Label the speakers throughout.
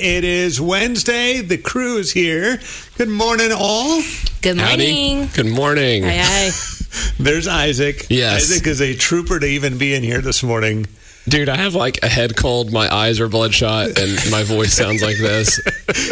Speaker 1: It is Wednesday. The crew is here. Good morning, all.
Speaker 2: Good morning.
Speaker 3: Howdy. Good morning.
Speaker 2: Aye, aye.
Speaker 1: There's Isaac.
Speaker 3: Yes.
Speaker 1: Isaac is a trooper to even be in here this morning.
Speaker 3: Dude, I have like a head cold, my eyes are bloodshot, and my voice sounds like this.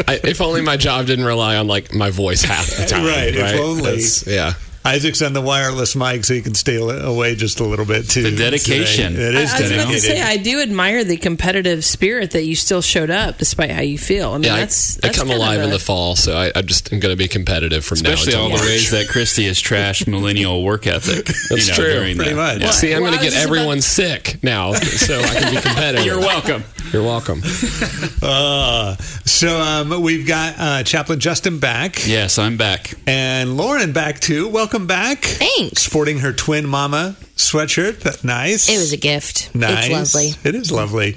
Speaker 3: I, if only my job didn't rely on like my voice half the time.
Speaker 1: Right, if only.
Speaker 3: yeah.
Speaker 1: Isaac's on the wireless mic, so you can stay a- away just a little bit too.
Speaker 4: The dedication.
Speaker 1: today. It
Speaker 2: I,
Speaker 1: is
Speaker 2: I was about to
Speaker 1: dedicated.
Speaker 2: say, I do admire the competitive spirit that you still showed up despite how you feel. I mean,
Speaker 3: Yeah, I-
Speaker 2: that's,
Speaker 3: I,
Speaker 2: that's
Speaker 3: come
Speaker 2: kind of
Speaker 3: alive in
Speaker 2: a-
Speaker 3: the fall, so I, I just am going to be competitive from
Speaker 4: Especially
Speaker 3: now
Speaker 4: all
Speaker 3: until
Speaker 4: the
Speaker 3: March.
Speaker 4: ways that Christy has trashed millennial work ethic.
Speaker 3: That's
Speaker 1: pretty
Speaker 3: true,
Speaker 1: much.
Speaker 4: Yeah.
Speaker 3: See, I'm
Speaker 2: Well, I
Speaker 3: going
Speaker 2: was
Speaker 3: to get
Speaker 2: just about-
Speaker 3: everyone sick now, so I can be competitive.
Speaker 4: You're welcome.
Speaker 3: You're welcome.
Speaker 1: Uh, so um, we've got uh, Chaplain Justin back
Speaker 4: Yes, I'm back.
Speaker 1: and Lauren back too. Welcome back.
Speaker 5: Thanks.
Speaker 1: Sporting her twin mama sweatshirt. That's nice.
Speaker 5: It was a gift.
Speaker 1: Nice.
Speaker 5: It's lovely.
Speaker 1: It is lovely.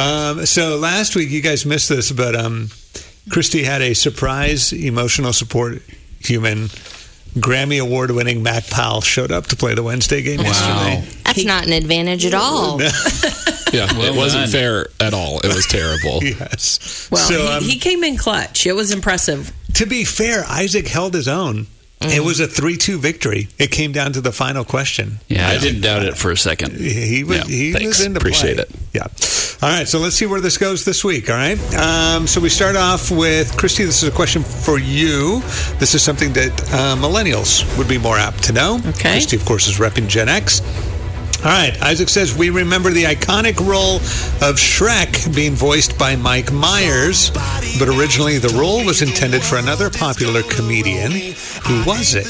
Speaker 1: Um, so last week, you guys missed this, but um, Christy had a surprise emotional support human. Grammy award winning Matt Powell showed up to play the Wednesday game yesterday.
Speaker 5: That's not an advantage at all.
Speaker 3: Yeah,
Speaker 4: Well
Speaker 3: it wasn't
Speaker 4: done.
Speaker 3: fair at all. It was terrible.
Speaker 1: Yes.
Speaker 2: Well,
Speaker 1: so,
Speaker 2: he,
Speaker 1: um,
Speaker 2: he came in clutch. It was impressive.
Speaker 1: to be fair, Isaac held his own. It was a 3 2 victory. It came down to the final question.
Speaker 4: Yeah, I didn't doubt it for a second.
Speaker 1: He was,
Speaker 4: Yeah,
Speaker 1: he was
Speaker 3: thanks.
Speaker 1: into
Speaker 3: Appreciate
Speaker 1: play.
Speaker 3: it.
Speaker 1: Yeah. All right. So let's see where this goes this week. All right. Um, so we start off with Christy. This is a question for you. This is something that uh, millennials would be more apt to know.
Speaker 2: Okay.
Speaker 1: Christy, of course, is repping Gen X. All right. Isaac says we remember the iconic role of Shrek being voiced by Mike Myers, but originally the role was intended for another popular comedian. Who was it?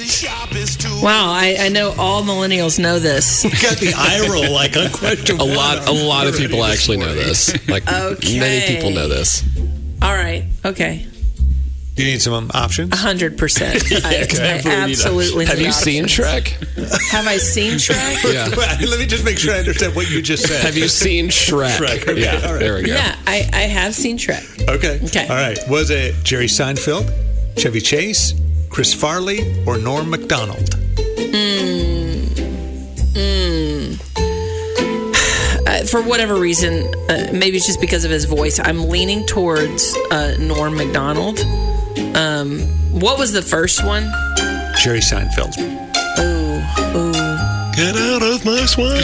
Speaker 2: Wow, I, I know all millennials know this.
Speaker 1: Got the eye roll like a question.
Speaker 3: A lot, a lot of people actually know this. Like many
Speaker 2: Okay.
Speaker 3: people know this.
Speaker 2: all right. Okay.
Speaker 1: You need some um, options.
Speaker 2: 100%. I,
Speaker 4: definitely
Speaker 2: I
Speaker 4: need
Speaker 2: absolutely
Speaker 3: Have
Speaker 2: need
Speaker 3: you seen
Speaker 2: options.
Speaker 3: Shrek?
Speaker 2: Have I seen Shrek?
Speaker 3: Yeah.
Speaker 1: Wait, Let me just make sure I understand what you just said.
Speaker 3: Have you seen Shrek?
Speaker 1: Shrek, okay,
Speaker 3: yeah,
Speaker 1: all right.
Speaker 3: there we go.
Speaker 2: yeah, I, I have seen Shrek.
Speaker 1: Okay.
Speaker 2: Okay.
Speaker 1: All right. Was it Jerry Seinfeld, Chevy Chase, Chris Farley, or Norm MacDonald?
Speaker 2: Uh, for whatever reason, uh, maybe it's just because of his voice, I'm leaning towards uh, Norm MacDonald. Um, what was the first one?
Speaker 1: Jerry Seinfeld.
Speaker 3: Get out of my swamp.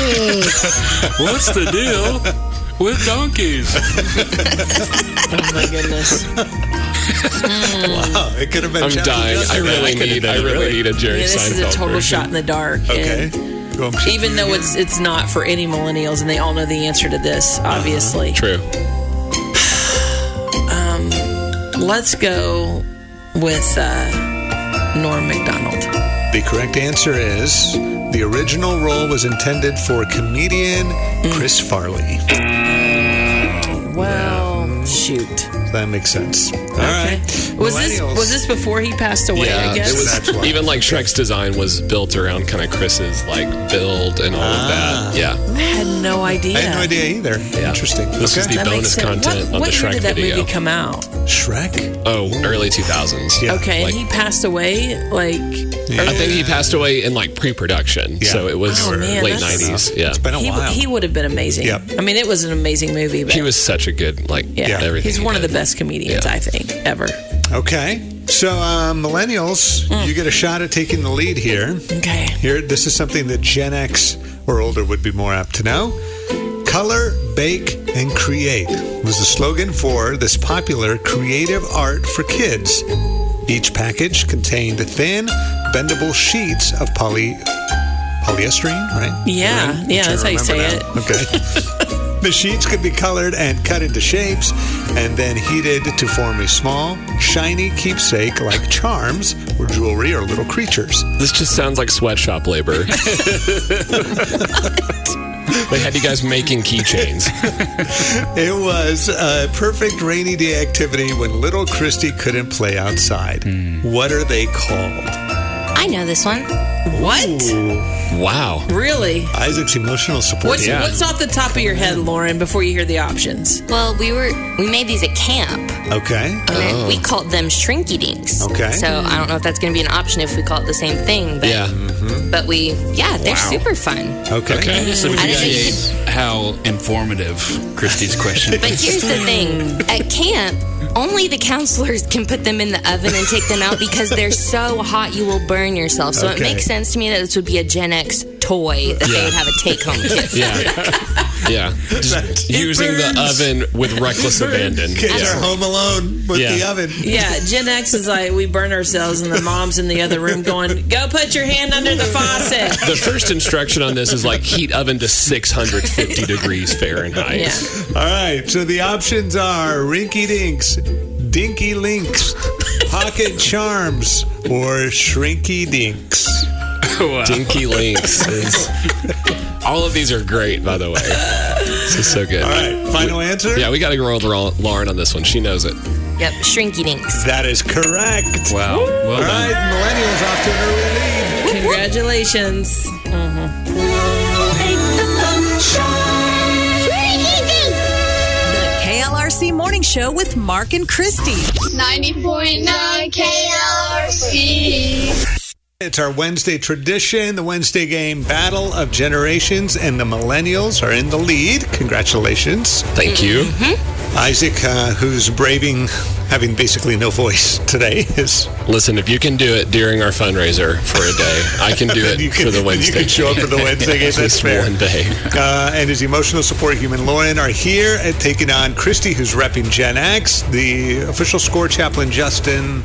Speaker 4: What's the deal with donkeys?
Speaker 2: Oh my goodness.
Speaker 1: Wow. Oh, It could have been.
Speaker 3: I'm
Speaker 1: Chaplin
Speaker 3: dying. I
Speaker 1: Justin.
Speaker 3: really need. I really need a Jerry
Speaker 2: Yeah, this
Speaker 3: Seinfeld
Speaker 2: is a total
Speaker 3: version.
Speaker 2: shot in the dark.
Speaker 1: Okay.
Speaker 2: and
Speaker 1: Well, I'm-
Speaker 2: even though it's it's not for any millennials, and they all know the answer to this, obviously.
Speaker 3: Uh-huh. True.
Speaker 2: Let's go with uh, Norm Macdonald.
Speaker 1: the correct answer is the original role was intended for comedian Chris Farley.
Speaker 2: Well, shoot.
Speaker 1: That makes sense. All right.
Speaker 2: Okay. Was this
Speaker 1: Millennials.
Speaker 2: was this before he passed away?
Speaker 3: Yeah,
Speaker 2: I guess.
Speaker 3: it
Speaker 1: That's why.
Speaker 3: was. Even like Shrek's design was built around kind of Chris's like build and all
Speaker 1: Ah.
Speaker 3: of that. Yeah,
Speaker 2: I had no idea.
Speaker 1: I had no idea either. Interesting.
Speaker 3: This is
Speaker 1: okay.
Speaker 3: the
Speaker 2: That makes
Speaker 3: bonus
Speaker 2: sense.
Speaker 3: content
Speaker 2: What,
Speaker 3: on
Speaker 2: what
Speaker 3: the
Speaker 2: year
Speaker 3: Shrek
Speaker 2: did that
Speaker 3: video.
Speaker 2: movie come out?
Speaker 1: Shrek.
Speaker 3: oh, early 2000s.
Speaker 1: Yeah.
Speaker 2: Okay,
Speaker 3: Like-
Speaker 2: and he passed away like
Speaker 3: I think he passed away in like pre-production,
Speaker 1: Yeah.
Speaker 3: so it was
Speaker 2: Oh, man,
Speaker 3: late
Speaker 2: that's-
Speaker 3: 90s. Yeah,
Speaker 1: It's been a
Speaker 2: he,
Speaker 1: while.
Speaker 2: he would have been amazing.
Speaker 1: Yep.
Speaker 2: I mean, it was an amazing movie, but
Speaker 3: he was such a good like
Speaker 2: yeah,
Speaker 3: everything.
Speaker 2: he's
Speaker 3: he
Speaker 2: one of the
Speaker 3: did.
Speaker 2: best comedians
Speaker 3: Yeah.
Speaker 2: I think ever.
Speaker 1: Okay. So, uh, millennials, you get a shot at taking the lead here.
Speaker 2: Okay.
Speaker 1: Here, this is something that Gen X or older would be more apt to know. Color, bake, and create was the slogan for this popular creative art for kids. Each package contained thin, bendable sheets of poly polyester, right?
Speaker 2: Yeah,
Speaker 1: Right?
Speaker 2: yeah,
Speaker 1: I'm
Speaker 2: that's how
Speaker 1: trying
Speaker 2: you
Speaker 1: to
Speaker 2: say it.
Speaker 1: remember now. Okay. the sheets could be colored and cut into shapes and then heated to form a small, shiny keepsake like charms or jewelry or little creatures.
Speaker 3: This just sounds like sweatshop labor. They had you guys making keychains.
Speaker 1: It was a perfect rainy day activity when little Christy couldn't play outside. What are they called?
Speaker 5: I know this one.
Speaker 2: What?
Speaker 3: Wow.
Speaker 2: Really?
Speaker 1: Isaac's emotional support.
Speaker 2: What's what's off the top of your head, Lauren, before you hear the options?
Speaker 5: Well, we were we made these at camp,
Speaker 1: Okay.
Speaker 5: and then we called them shrinky dinks.
Speaker 1: Okay.
Speaker 5: So I don't know if that's going to be an option if we call it the same thing, but
Speaker 3: Yeah.
Speaker 5: but we yeah they're
Speaker 4: Wow.
Speaker 5: super fun.
Speaker 1: Okay.
Speaker 3: Okay.
Speaker 4: So we
Speaker 5: I didn't-
Speaker 4: appreciate how informative Christy's question
Speaker 5: But
Speaker 4: is.
Speaker 5: here's the thing: at camp, only the counselors can put them in the oven and take them out because they're so hot you will burn yourself. So
Speaker 1: Okay.
Speaker 5: it makes sense to me that this would be a Gen X toy that they
Speaker 3: Yeah.
Speaker 5: would have a take home kit. for.
Speaker 3: Yeah. Yeah. Just
Speaker 1: That's-
Speaker 3: using the
Speaker 1: burns.
Speaker 3: oven with reckless abandon.
Speaker 1: Kids
Speaker 3: Yeah.
Speaker 1: are home alone with
Speaker 3: Yeah.
Speaker 1: the oven.
Speaker 2: Yeah, Gen X is like we burn ourselves, and the mom's in the other room going, "Go put your hand under the faucet."
Speaker 3: The first instruction on this is like heat oven to 650 degrees Fahrenheit.
Speaker 2: Yeah.
Speaker 1: All right, so the options are Rinky Dinks, Dinky Links, Pocket Charms, or Shrinky Dinks.
Speaker 4: Wow.
Speaker 3: Dinky Links is. All of these are great, by the way. This is so good.
Speaker 1: All right, final answer?
Speaker 3: Yeah, we got to go with Ra- Lauren on this one. She knows it.
Speaker 5: Yep, shrinky dinks.
Speaker 1: That is correct.
Speaker 3: Wow. Well
Speaker 1: All
Speaker 3: done.
Speaker 1: right, Millennials off to an early lead.
Speaker 2: Congratulations.
Speaker 6: The KLRC Morning Show with Mark and Christy.
Speaker 7: 90.9 KLRC.
Speaker 1: It's our Wednesday tradition, the Wednesday game Battle of Generations, and the Millennials are in the lead. Congratulations.
Speaker 3: Thank you.
Speaker 1: Isaac, uh, who's braving having basically no voice today, is
Speaker 3: Listen, if you can do it during our fundraiser for a day, I can do it
Speaker 1: You
Speaker 3: for
Speaker 1: can-
Speaker 3: the
Speaker 1: you
Speaker 3: Wednesday.
Speaker 1: can show up for the Wednesday game, that's
Speaker 3: Just
Speaker 1: fair.
Speaker 3: one day.
Speaker 1: uh, and his emotional support human Lauren are here at taking on Christy, who's repping Gen X, the official score chaplain Justin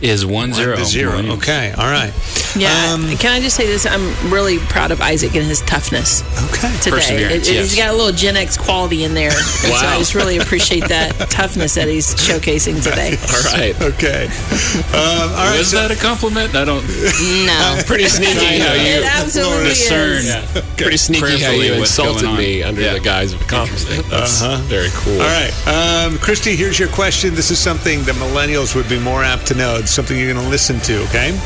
Speaker 4: Is one zero.
Speaker 1: to zero.
Speaker 4: Millennium.
Speaker 1: Okay, all right.
Speaker 2: Yeah.
Speaker 1: Um,
Speaker 2: Can I just say this? I'm really proud of Isaac and his toughness
Speaker 1: okay.
Speaker 2: today.
Speaker 4: Perseverance,
Speaker 2: It- it-
Speaker 4: yes.
Speaker 2: He's got a little Gen X quality in there. So I
Speaker 3: Wow.
Speaker 2: just really appreciate that toughness that he's showcasing today.
Speaker 3: All right.
Speaker 1: Okay. Um, all right.
Speaker 4: Was that a compliment? I don't
Speaker 5: No.
Speaker 3: Pretty sneaky how you
Speaker 2: It absolutely
Speaker 4: discern.
Speaker 2: is.
Speaker 3: pretty sneaky how
Speaker 4: Prayerfully
Speaker 3: you
Speaker 4: what's
Speaker 3: insulted
Speaker 4: going on.
Speaker 3: me under
Speaker 4: Yeah.
Speaker 3: the guise of a compliment. That's very cool.
Speaker 1: Uh-huh. All right. Um, Christy, here's your question. This is something that millennials would be more apt to know. It's something you're going to listen to, okay?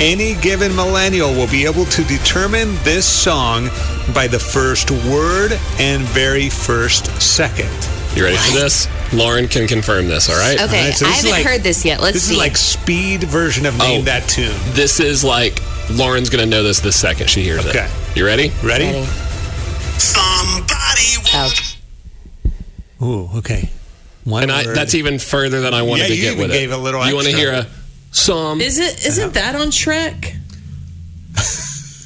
Speaker 1: Any given millennial will be able to determine this song by the first word and very first second.
Speaker 3: You ready for this? Lauren can confirm this, all right?
Speaker 5: Okay,
Speaker 1: Alright, so
Speaker 5: I
Speaker 1: this is
Speaker 5: haven't
Speaker 1: like-
Speaker 5: heard this yet. Let's
Speaker 1: This
Speaker 5: see.
Speaker 1: is like speed version of Name
Speaker 3: Oh.
Speaker 1: That Tune.
Speaker 3: This is like Lauren's going to know this the second she hears
Speaker 1: Okay.
Speaker 3: it. You ready?
Speaker 1: Ready?
Speaker 5: Ready.
Speaker 8: Somebody
Speaker 5: Oh.
Speaker 1: Ooh, okay. One
Speaker 3: And I,
Speaker 1: word.
Speaker 3: that's even further than I wanted
Speaker 1: Yeah,
Speaker 3: to
Speaker 1: you
Speaker 3: get
Speaker 1: even
Speaker 3: with it.
Speaker 1: gave a little
Speaker 3: you want to
Speaker 1: extra.
Speaker 3: hear a some?
Speaker 2: Is it? Isn't that on Shrek?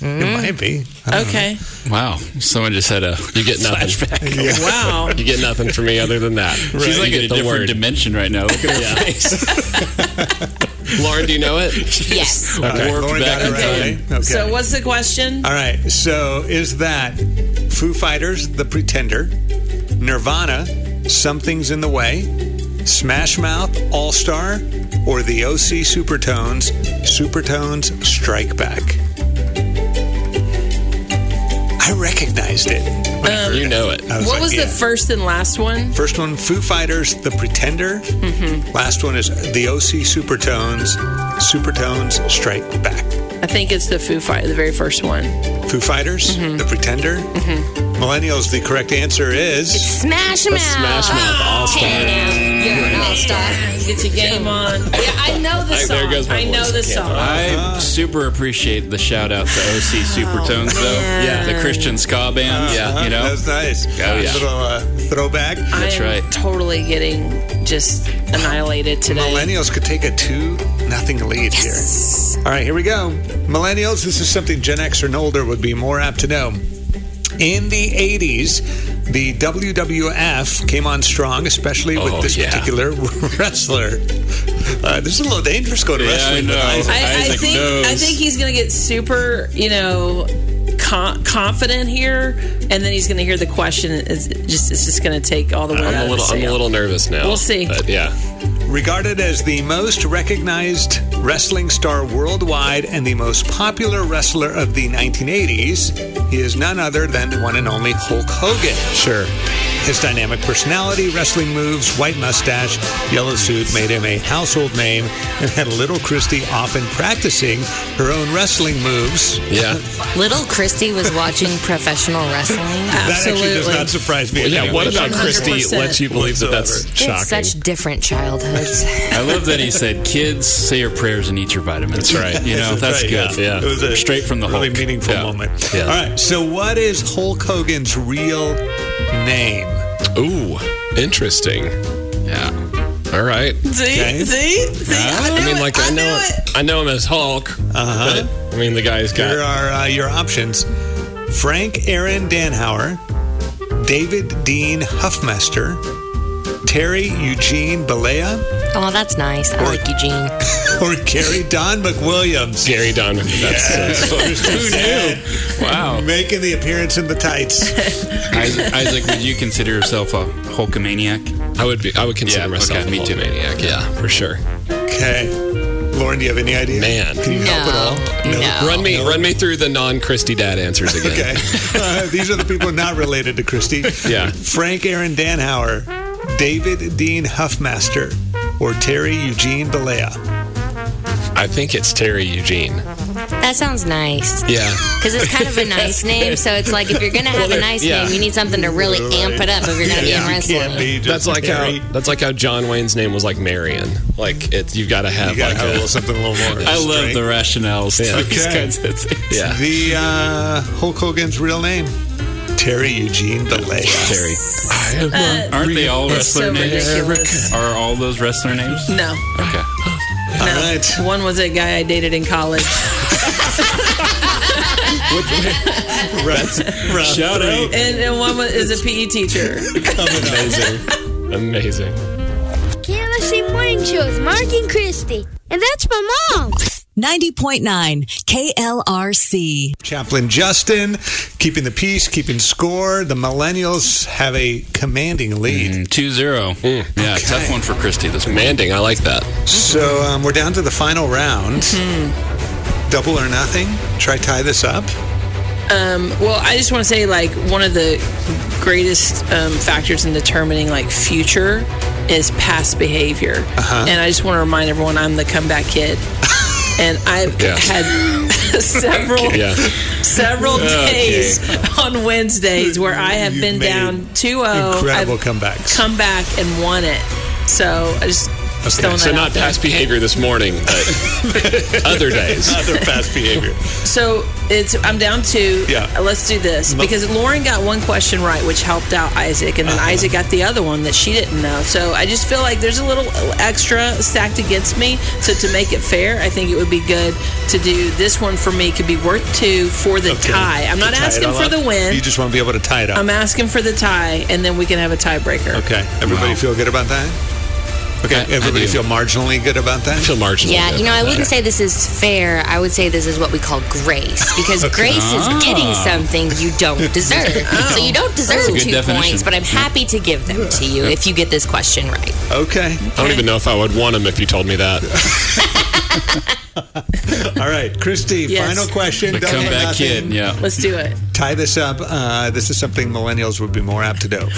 Speaker 1: It might be.
Speaker 2: Okay.
Speaker 4: Wow. Someone just had a
Speaker 3: You get nothing.
Speaker 4: flashback.
Speaker 2: Wow.
Speaker 3: You get nothing from me other than that.
Speaker 4: She's
Speaker 3: You
Speaker 4: like
Speaker 3: get
Speaker 4: in a different dimension right now. Look at her face.
Speaker 3: Lauren, do you know it?
Speaker 5: yes.
Speaker 1: All right,
Speaker 4: Warped
Speaker 1: Lauren got
Speaker 4: back
Speaker 1: it
Speaker 4: in time.
Speaker 1: right. Okay.
Speaker 2: So what's the question?
Speaker 1: All right. So is that Foo Fighters, The Pretender, Nirvana, Something's in the Way, Smash Mouth, All Star, or the OC Supertones, Supertones Strike Back? I recognized it. when I
Speaker 4: Uh,
Speaker 1: heard
Speaker 3: You
Speaker 1: it.
Speaker 3: know it.
Speaker 1: I
Speaker 2: What
Speaker 1: like,
Speaker 2: was
Speaker 1: yeah.
Speaker 2: the first and last one?
Speaker 1: First one, Foo Fighters, The Pretender.
Speaker 4: Mm-hmm.
Speaker 1: Last one is the OC Supertones, Supertones Strike Back.
Speaker 2: I think it's the Foo Fighter, the very first one.
Speaker 1: Foo Fighters,
Speaker 4: Mm-hmm.
Speaker 1: The Pretender. Millennials, the correct answer is.
Speaker 5: Smash Mouth.
Speaker 3: Smash Mouth All-Star.
Speaker 5: Hey, now, you're an all-star.
Speaker 2: Get your game on. Yeah, I know the
Speaker 3: Hey, there
Speaker 2: song.
Speaker 3: goes my
Speaker 2: I know
Speaker 3: voice.
Speaker 2: the
Speaker 3: Yeah.
Speaker 2: song.
Speaker 1: Uh-huh.
Speaker 4: I super appreciate the shout out to OC Supertones, though.
Speaker 3: Yeah.
Speaker 4: The Christian ska band.
Speaker 3: Yeah.
Speaker 4: You know?
Speaker 1: Uh-huh. That's nice.
Speaker 4: Oh, yeah.
Speaker 1: Little uh, throwback.
Speaker 2: I am
Speaker 4: right.
Speaker 2: totally getting just annihilated today.
Speaker 1: Millennials could take a 2 nothing lead here. All right, here we go. Millennials, this is something Gen X and older would be more apt to know. In the 80s, the WWF came on strong, especially with
Speaker 3: Oh,
Speaker 1: this
Speaker 3: yeah.
Speaker 1: particular wrestler. Uh, this is a little dangerous going to
Speaker 4: Yeah,
Speaker 1: wrestling
Speaker 4: I
Speaker 1: with
Speaker 4: know.
Speaker 1: Isaac.
Speaker 2: I, I
Speaker 4: Isaac
Speaker 2: think
Speaker 4: knows.
Speaker 2: I think he's gonna get super, you know, con- confident here, and then he's gonna hear the question. It's just it's just gonna take all the way out
Speaker 3: I'm a
Speaker 2: of the
Speaker 3: little, I'm a
Speaker 2: sail.
Speaker 3: little nervous now.
Speaker 2: We'll see.
Speaker 3: But yeah.
Speaker 1: Regarded as the most recognized wrestling star worldwide and the most popular wrestler of the 1980s, he is none other than the one and only Hulk Hogan.
Speaker 3: Sure.
Speaker 1: His dynamic personality, wrestling moves, white mustache, yellow suit made him a household name and had little Christie often practicing her own wrestling moves.
Speaker 3: Yeah.
Speaker 5: Little Christy was watching professional wrestling.
Speaker 1: That actually does
Speaker 2: Absolutely.
Speaker 1: not surprise me. in
Speaker 3: Yeah.
Speaker 1: any
Speaker 3: What
Speaker 1: way,
Speaker 3: about
Speaker 1: shape, or
Speaker 3: Christy
Speaker 1: form.
Speaker 3: lets you believe that that's
Speaker 5: They
Speaker 3: shocking?
Speaker 5: had such different childhoods.
Speaker 4: I love that he said, kids, say your prayers and eat your vitamins.
Speaker 3: That's right.
Speaker 4: You know, that's
Speaker 1: Right,
Speaker 4: good.
Speaker 3: yeah.
Speaker 1: It was a
Speaker 4: Straight from the
Speaker 1: really
Speaker 4: Hulk.
Speaker 1: meaningful
Speaker 4: Yeah.
Speaker 1: moment.
Speaker 3: Yeah.
Speaker 1: All right. So, what is Hulk Hogan's real name?
Speaker 3: Ooh, interesting.
Speaker 4: Yeah.
Speaker 3: All right.
Speaker 2: See,
Speaker 1: Okay.
Speaker 2: see, see. I, knew
Speaker 3: I mean,
Speaker 2: it.
Speaker 3: like
Speaker 2: I,
Speaker 3: I,
Speaker 2: knew
Speaker 3: know,
Speaker 2: it.
Speaker 3: I know him as Hulk.
Speaker 1: Uh-huh.
Speaker 3: But I mean, the guy's
Speaker 1: Here
Speaker 3: got.
Speaker 1: are uh, your options Frank Aaron Danhauer, David Dean Huffmaster, Terry Eugene Balea,
Speaker 5: Oh, that's nice. I like Eugene.
Speaker 1: or Gary Don McWilliams.
Speaker 3: Gary Dunn. That's
Speaker 1: Yes.
Speaker 4: Who knew? Wow.
Speaker 1: Making the appearance in the tights.
Speaker 4: Isaac, Isaac, would you consider yourself a Hulkamaniac?
Speaker 3: I would be. I would consider
Speaker 4: Yeah,
Speaker 3: myself
Speaker 4: okay,
Speaker 3: a
Speaker 4: me too.
Speaker 3: maniac. Yeah, for sure.
Speaker 1: Okay. Lauren, do you have any idea?
Speaker 3: Man.
Speaker 1: Can you help at all?
Speaker 5: No, no.
Speaker 3: Run me, run me through the non-Christy dad answers again.
Speaker 1: Oh, Okay. Uh, these are the people not related to Christie.
Speaker 3: Yeah.
Speaker 1: Frank Aaron Danhauer, David Dean Huffmaster, or Terry Eugene Balea.
Speaker 3: I think it's Terry Eugene.
Speaker 5: That sounds nice.
Speaker 3: Yeah.
Speaker 5: Because it's kind of a nice name, so it's like if you're gonna have a nice
Speaker 3: yeah.
Speaker 5: name, you need something to really amp it up if you're gonna be in
Speaker 1: You
Speaker 5: wrestling.
Speaker 1: can't be just
Speaker 3: That's like
Speaker 1: Terry.
Speaker 3: how that's like how John Wayne's name was like Marion. Like it's you've got to have
Speaker 1: You gotta
Speaker 3: like
Speaker 1: have a
Speaker 3: a,
Speaker 1: little something a little more.
Speaker 4: I love the rationales
Speaker 3: Yeah.
Speaker 4: to these
Speaker 1: Okay.
Speaker 4: kinds of things.
Speaker 3: yeah.
Speaker 1: The uh, Hulk Hogan's real name, Terry Eugene Balea.
Speaker 3: Terry.
Speaker 4: Aren't they all wrestler
Speaker 2: so
Speaker 4: names?
Speaker 2: ridiculous.
Speaker 4: Are all those wrestler names?
Speaker 2: No,
Speaker 4: Okay.
Speaker 1: All right.
Speaker 2: one was a guy I dated in college. Uh,
Speaker 1: Round- round
Speaker 4: Shout
Speaker 1: three.
Speaker 4: out.
Speaker 2: and, and one was, is a PE teacher.
Speaker 3: Amazing. Amazing.
Speaker 7: KLRC Morning Show with Mark and Christy. And that's my mom.
Speaker 6: 90.9 KLRC.
Speaker 1: Chaplain Justin, keeping the peace, keeping score. The millennials have a commanding lead.
Speaker 4: 2 0.
Speaker 1: Mm.
Speaker 4: Yeah, tough one for Christy this morning.
Speaker 3: Commanding. I like that.
Speaker 1: So um, we're down to the final round.
Speaker 2: Mm-hmm.
Speaker 1: Double or nothing. Try tie this up.
Speaker 2: Um, Well, I just want to say, like, one of the greatest um, factors in determining like future is past behavior.
Speaker 3: Uh-huh.
Speaker 2: And I just want to remind everyone, I'm the comeback kid, and I've
Speaker 3: Yeah.
Speaker 2: had several
Speaker 3: Yeah.
Speaker 2: several days on Wednesdays where I have
Speaker 1: You've
Speaker 2: been
Speaker 1: made
Speaker 2: down 2-0.
Speaker 1: Incredible
Speaker 2: Oh, I've
Speaker 1: comebacks.
Speaker 2: come back and won it. So I just. just throwing
Speaker 3: So
Speaker 2: that
Speaker 3: not
Speaker 2: out there.
Speaker 3: past behavior this morning, but other days.
Speaker 1: Other fast behavior.
Speaker 2: So it's I'm down to uh,
Speaker 1: Yeah.
Speaker 2: Let's do this
Speaker 1: Mo-
Speaker 2: because Lauren got one question right, which helped out Isaac, and then
Speaker 1: Uh-huh.
Speaker 2: Isaac got the other one that she didn't know. So I just feel like there's a little uh, extra stacked against me. So to make it fair, I think it would be good to do this one for me could be worth two for the
Speaker 1: Okay.
Speaker 2: tie. I'm not
Speaker 1: To tie it
Speaker 2: asking
Speaker 1: all
Speaker 2: for
Speaker 1: up.
Speaker 2: the win.
Speaker 1: You just want to be able to tie it up.
Speaker 2: I'm asking for the tie, and then we can have a tiebreaker.
Speaker 1: okay. Everybody
Speaker 4: Wow.
Speaker 1: feel good about that? Okay.
Speaker 4: I- I
Speaker 1: Everybody
Speaker 4: do.
Speaker 1: feel marginally good about that?
Speaker 3: I feel marginal.
Speaker 5: Yeah, you know, I wouldn't say this is fair. I would say this is what we call grace because grace is getting
Speaker 4: Ah.
Speaker 5: something you don't deserve. So you don't deserve
Speaker 4: Oh. good
Speaker 5: two
Speaker 4: definition.
Speaker 5: points, but I'm happy to give them to you if you get this question right.
Speaker 1: Okay.
Speaker 3: I don't even know if I would want him if you told me that.
Speaker 1: All right. Christy,
Speaker 2: Yes.
Speaker 1: final question.
Speaker 4: The
Speaker 1: Double or
Speaker 4: comeback
Speaker 1: nothing.
Speaker 4: kid. Yeah.
Speaker 2: Let's do it.
Speaker 1: tie this up. Uh, this is something millennials would be more apt to do.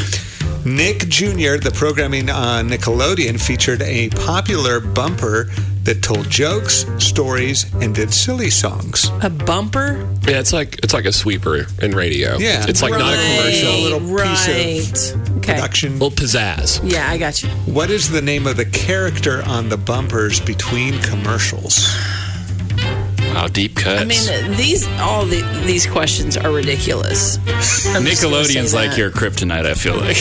Speaker 1: Nick Jr., the programming on Nickelodeon, featured a popular bumper that told jokes, stories, and did silly songs.
Speaker 2: A bumper.
Speaker 3: Yeah, it's like it's like a sweeper in radio.
Speaker 1: Yeah.
Speaker 3: It's like not a commercial.
Speaker 1: commercial, a little
Speaker 2: right.
Speaker 1: piece
Speaker 2: okay.
Speaker 1: Production.
Speaker 3: Well, pizzazz.
Speaker 2: Yeah, I got you.
Speaker 1: What is the name of the character on the bumpers between commercials?
Speaker 4: Wow, deep cuts.
Speaker 2: I mean, these all the, these questions are ridiculous. I'm just gonna say
Speaker 4: Nickelodeon's like
Speaker 2: that.
Speaker 4: your kryptonite, I feel like.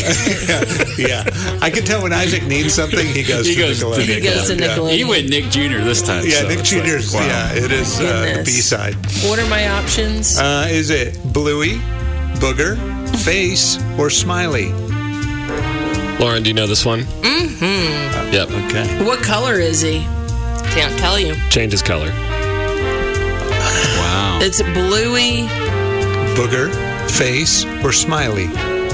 Speaker 1: yeah, I can tell when Isaac needs something, he goes
Speaker 4: He
Speaker 1: to
Speaker 4: goes to
Speaker 1: Nickelodeon.
Speaker 2: He goes to
Speaker 1: Yeah.
Speaker 2: Nickelodeon.
Speaker 4: he went Nick Jr. this time.
Speaker 1: Yeah,
Speaker 4: so
Speaker 1: Nick
Speaker 4: it's like,
Speaker 1: Jr.'s.
Speaker 4: wow.
Speaker 1: yeah, it is uh, the
Speaker 2: Goodness.
Speaker 1: B side.
Speaker 2: What are my options?
Speaker 1: Uh, is it Bluey, Booger, Face, or Smiley?
Speaker 3: Lauren, do you know this one? Mm-hmm. Yep.
Speaker 1: Okay.
Speaker 2: what color is he?
Speaker 5: Can't tell you.
Speaker 3: Changes color.
Speaker 4: Wow.
Speaker 2: It's bluey
Speaker 1: Booger, Face, or Smiley?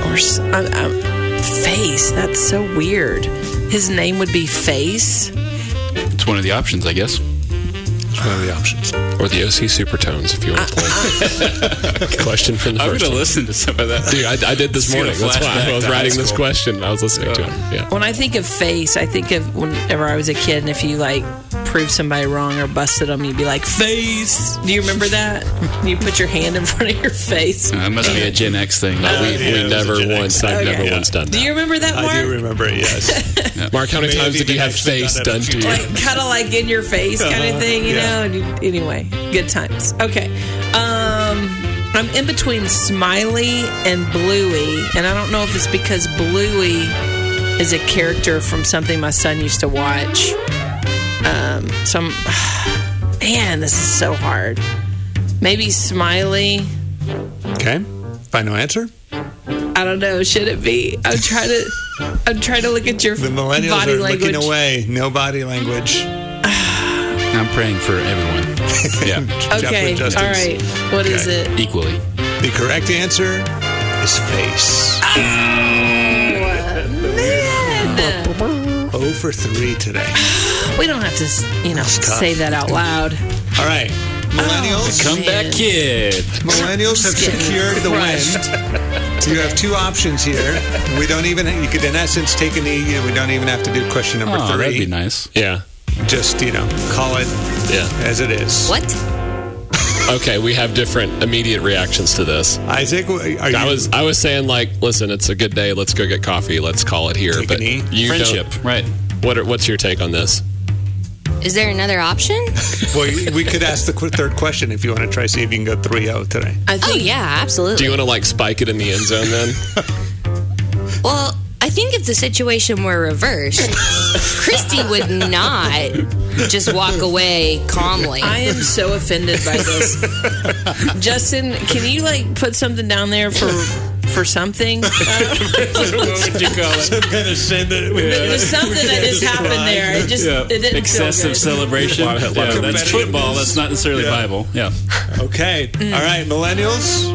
Speaker 2: or s- I'm- I'm- face. That's so weird. His name would be Face.
Speaker 4: It's one of the options, I guess.
Speaker 1: It's one of the options.
Speaker 3: Or the OC Supertones, if you want to play.
Speaker 5: Uh,
Speaker 3: Question from the
Speaker 4: I'm going
Speaker 3: first
Speaker 4: to
Speaker 3: one.
Speaker 4: listen to some of that.
Speaker 3: Dude, I, I did this
Speaker 4: Let's get a
Speaker 3: morning. That's why
Speaker 4: flashback
Speaker 3: I was
Speaker 4: to high
Speaker 3: writing this
Speaker 4: school.
Speaker 3: question. I was listening to it. Yeah.
Speaker 2: When I think of Face, I think of whenever I was a kid, and if you like proved somebody wrong or busted them, you'd be like Face. Do you remember that? you put your hand in front of your face.
Speaker 4: That must be a Gen X thing.
Speaker 3: No,
Speaker 2: Uh,
Speaker 3: we,
Speaker 1: yeah, it
Speaker 3: we
Speaker 1: was a
Speaker 3: never
Speaker 1: Gen X
Speaker 3: once. I've
Speaker 2: Okay.
Speaker 3: never
Speaker 2: Yeah.
Speaker 3: once done
Speaker 2: Do
Speaker 3: that.
Speaker 2: you remember that
Speaker 1: I do
Speaker 2: Mark?
Speaker 1: remember it, yes.
Speaker 3: Mark, how many
Speaker 1: Maybe
Speaker 3: times did you
Speaker 1: even
Speaker 3: have
Speaker 1: actually
Speaker 3: face
Speaker 1: done that a
Speaker 3: done
Speaker 1: few
Speaker 3: to you?
Speaker 2: like kind of like in your face kind
Speaker 1: Uh-huh.
Speaker 2: of thing,
Speaker 1: Yeah.
Speaker 2: you know. And you, anyway, good times. Okay, um, I'm in between Smiley and Bluey, and I don't know if it's because Bluey is a character from something my son used to watch. Um, some man, this is so hard. Maybe Smiley.
Speaker 1: Okay. Final answer.
Speaker 2: I don't know. Should it be? I'm trying to. I'm trying to look at your
Speaker 1: The millennials
Speaker 2: body
Speaker 1: are
Speaker 2: language.
Speaker 1: looking away. No body language.
Speaker 4: I'm praying for everyone. Yeah,
Speaker 2: Okay.
Speaker 1: Jeff with
Speaker 2: All right. What is
Speaker 1: Okay.
Speaker 2: it?
Speaker 4: equally.
Speaker 1: The correct answer is face.
Speaker 2: Man,
Speaker 1: 0 for 3 today.
Speaker 2: we don't have to, s- you know,
Speaker 1: tough.
Speaker 2: say that out loud.
Speaker 1: All right. Millennials.
Speaker 4: Comeback kid.
Speaker 1: Millennials have
Speaker 2: Just getting
Speaker 1: secured the
Speaker 2: crushed.
Speaker 1: win. You have two options here. We don't even, you could, in essence, take a knee. You know, we don't even have to do question number
Speaker 4: Oh, that'd be
Speaker 1: three.
Speaker 4: nice.
Speaker 3: Yeah.
Speaker 1: Just, you know, call it
Speaker 3: Yeah.
Speaker 1: as it is.
Speaker 5: What?
Speaker 3: Okay, we have different immediate reactions to this.
Speaker 1: Isaac, are you?
Speaker 3: I was I was saying like, listen, it's a good day. Let's go get coffee. Let's call it here.
Speaker 1: Take a
Speaker 3: but
Speaker 1: knee.
Speaker 3: you don't-
Speaker 4: Friendship, right?
Speaker 3: What are, what's your take on this?
Speaker 5: Is there another option?
Speaker 1: Well, you- we could ask the qu- third question if you want to try see if you can go 3 0 today.
Speaker 2: I think.
Speaker 5: Oh yeah,
Speaker 3: Do you
Speaker 5: absolutely.
Speaker 3: want to like spike it in the end zone then?
Speaker 5: Well, I think if the situation were reversed, Christy would not just walk away calmly.
Speaker 2: I am so offended by this. Justin, can you like put something down there for for something? Uh,
Speaker 4: what would you call it?
Speaker 1: Kind of send it.
Speaker 2: there was something that just happened there. It just it didn't
Speaker 4: Excessive
Speaker 2: feel good.
Speaker 4: celebration.
Speaker 3: Lot of- lot
Speaker 4: yeah,
Speaker 3: of
Speaker 4: that's
Speaker 1: competitiveness.
Speaker 4: football. That's not necessarily
Speaker 1: Yeah.
Speaker 4: Bible. Yeah.
Speaker 1: Okay. All right, millennials,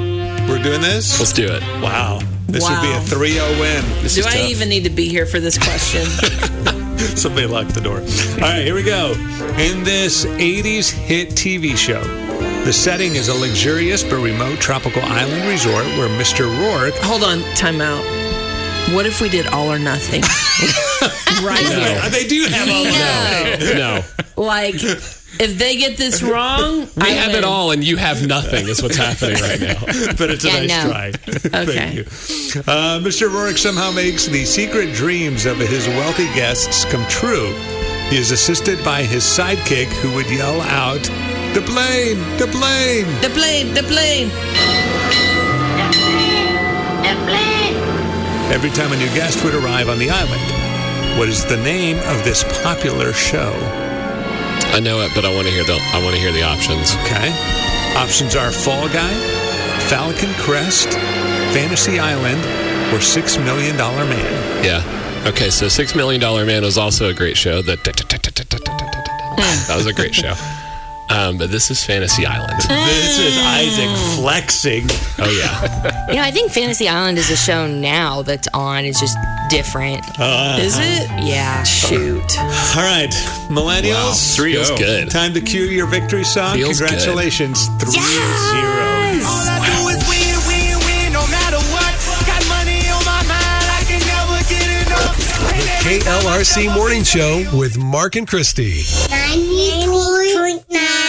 Speaker 1: we're doing this.
Speaker 3: Let's do it.
Speaker 1: Wow. This would be a
Speaker 2: Wow.
Speaker 1: 3 0 win.
Speaker 4: This
Speaker 2: Do
Speaker 4: is
Speaker 2: I
Speaker 4: tough.
Speaker 2: even need to be here for this question?
Speaker 1: Somebody locked the door. All right, here we go. In this 80s hit TV show, the setting is a luxurious but remote tropical island resort where Mr. Rourke.
Speaker 2: Hold on, time out. What if we did all or nothing? right here.
Speaker 1: They do have all of that.
Speaker 3: No,
Speaker 2: Like, if they get this wrong,
Speaker 3: we
Speaker 2: I
Speaker 3: have
Speaker 2: win.
Speaker 3: it all, and you have nothing. Is what's happening right now.
Speaker 1: But it's a
Speaker 5: Yeah,
Speaker 1: nice
Speaker 5: no.
Speaker 1: try. Thank
Speaker 2: Okay.
Speaker 1: you. Uh, Mr. Rourke somehow makes the secret dreams of his wealthy guests come true. He is assisted by his sidekick who would yell out, The plane! The plane!
Speaker 2: The plane, the plane.
Speaker 1: every time a new guest would arrive on the island. What is the name of this popular show?
Speaker 3: I know it, but I want to hear the I want to hear the options.
Speaker 1: Okay. Options are Fall Guy, Falcon Crest, Fantasy Island, or Six Million Dollar Man.
Speaker 3: Yeah. Okay, so Six Million Dollar Man was also a great show. The that was a great show. Um, but this is Fantasy Island.
Speaker 1: This is Isaac flexing.
Speaker 3: Oh yeah.
Speaker 5: You know, I think Fantasy Island is a show now that's on. It's just different.
Speaker 4: Uh,
Speaker 3: Uh-huh.
Speaker 2: Is it?
Speaker 5: Yeah.
Speaker 2: Shoot.
Speaker 1: All right, millennials,
Speaker 4: Three
Speaker 3: Feels
Speaker 4: oh.
Speaker 3: good.
Speaker 1: time to cue your victory song.
Speaker 3: Feels good.
Speaker 1: Congratulations, 3 0.
Speaker 5: Yes!
Speaker 8: All I do is win, win, win, no matter what. Got money on my mind, I can never get enough.
Speaker 9: KLRC Morning Show with Mark and Christy.
Speaker 7: 98.9.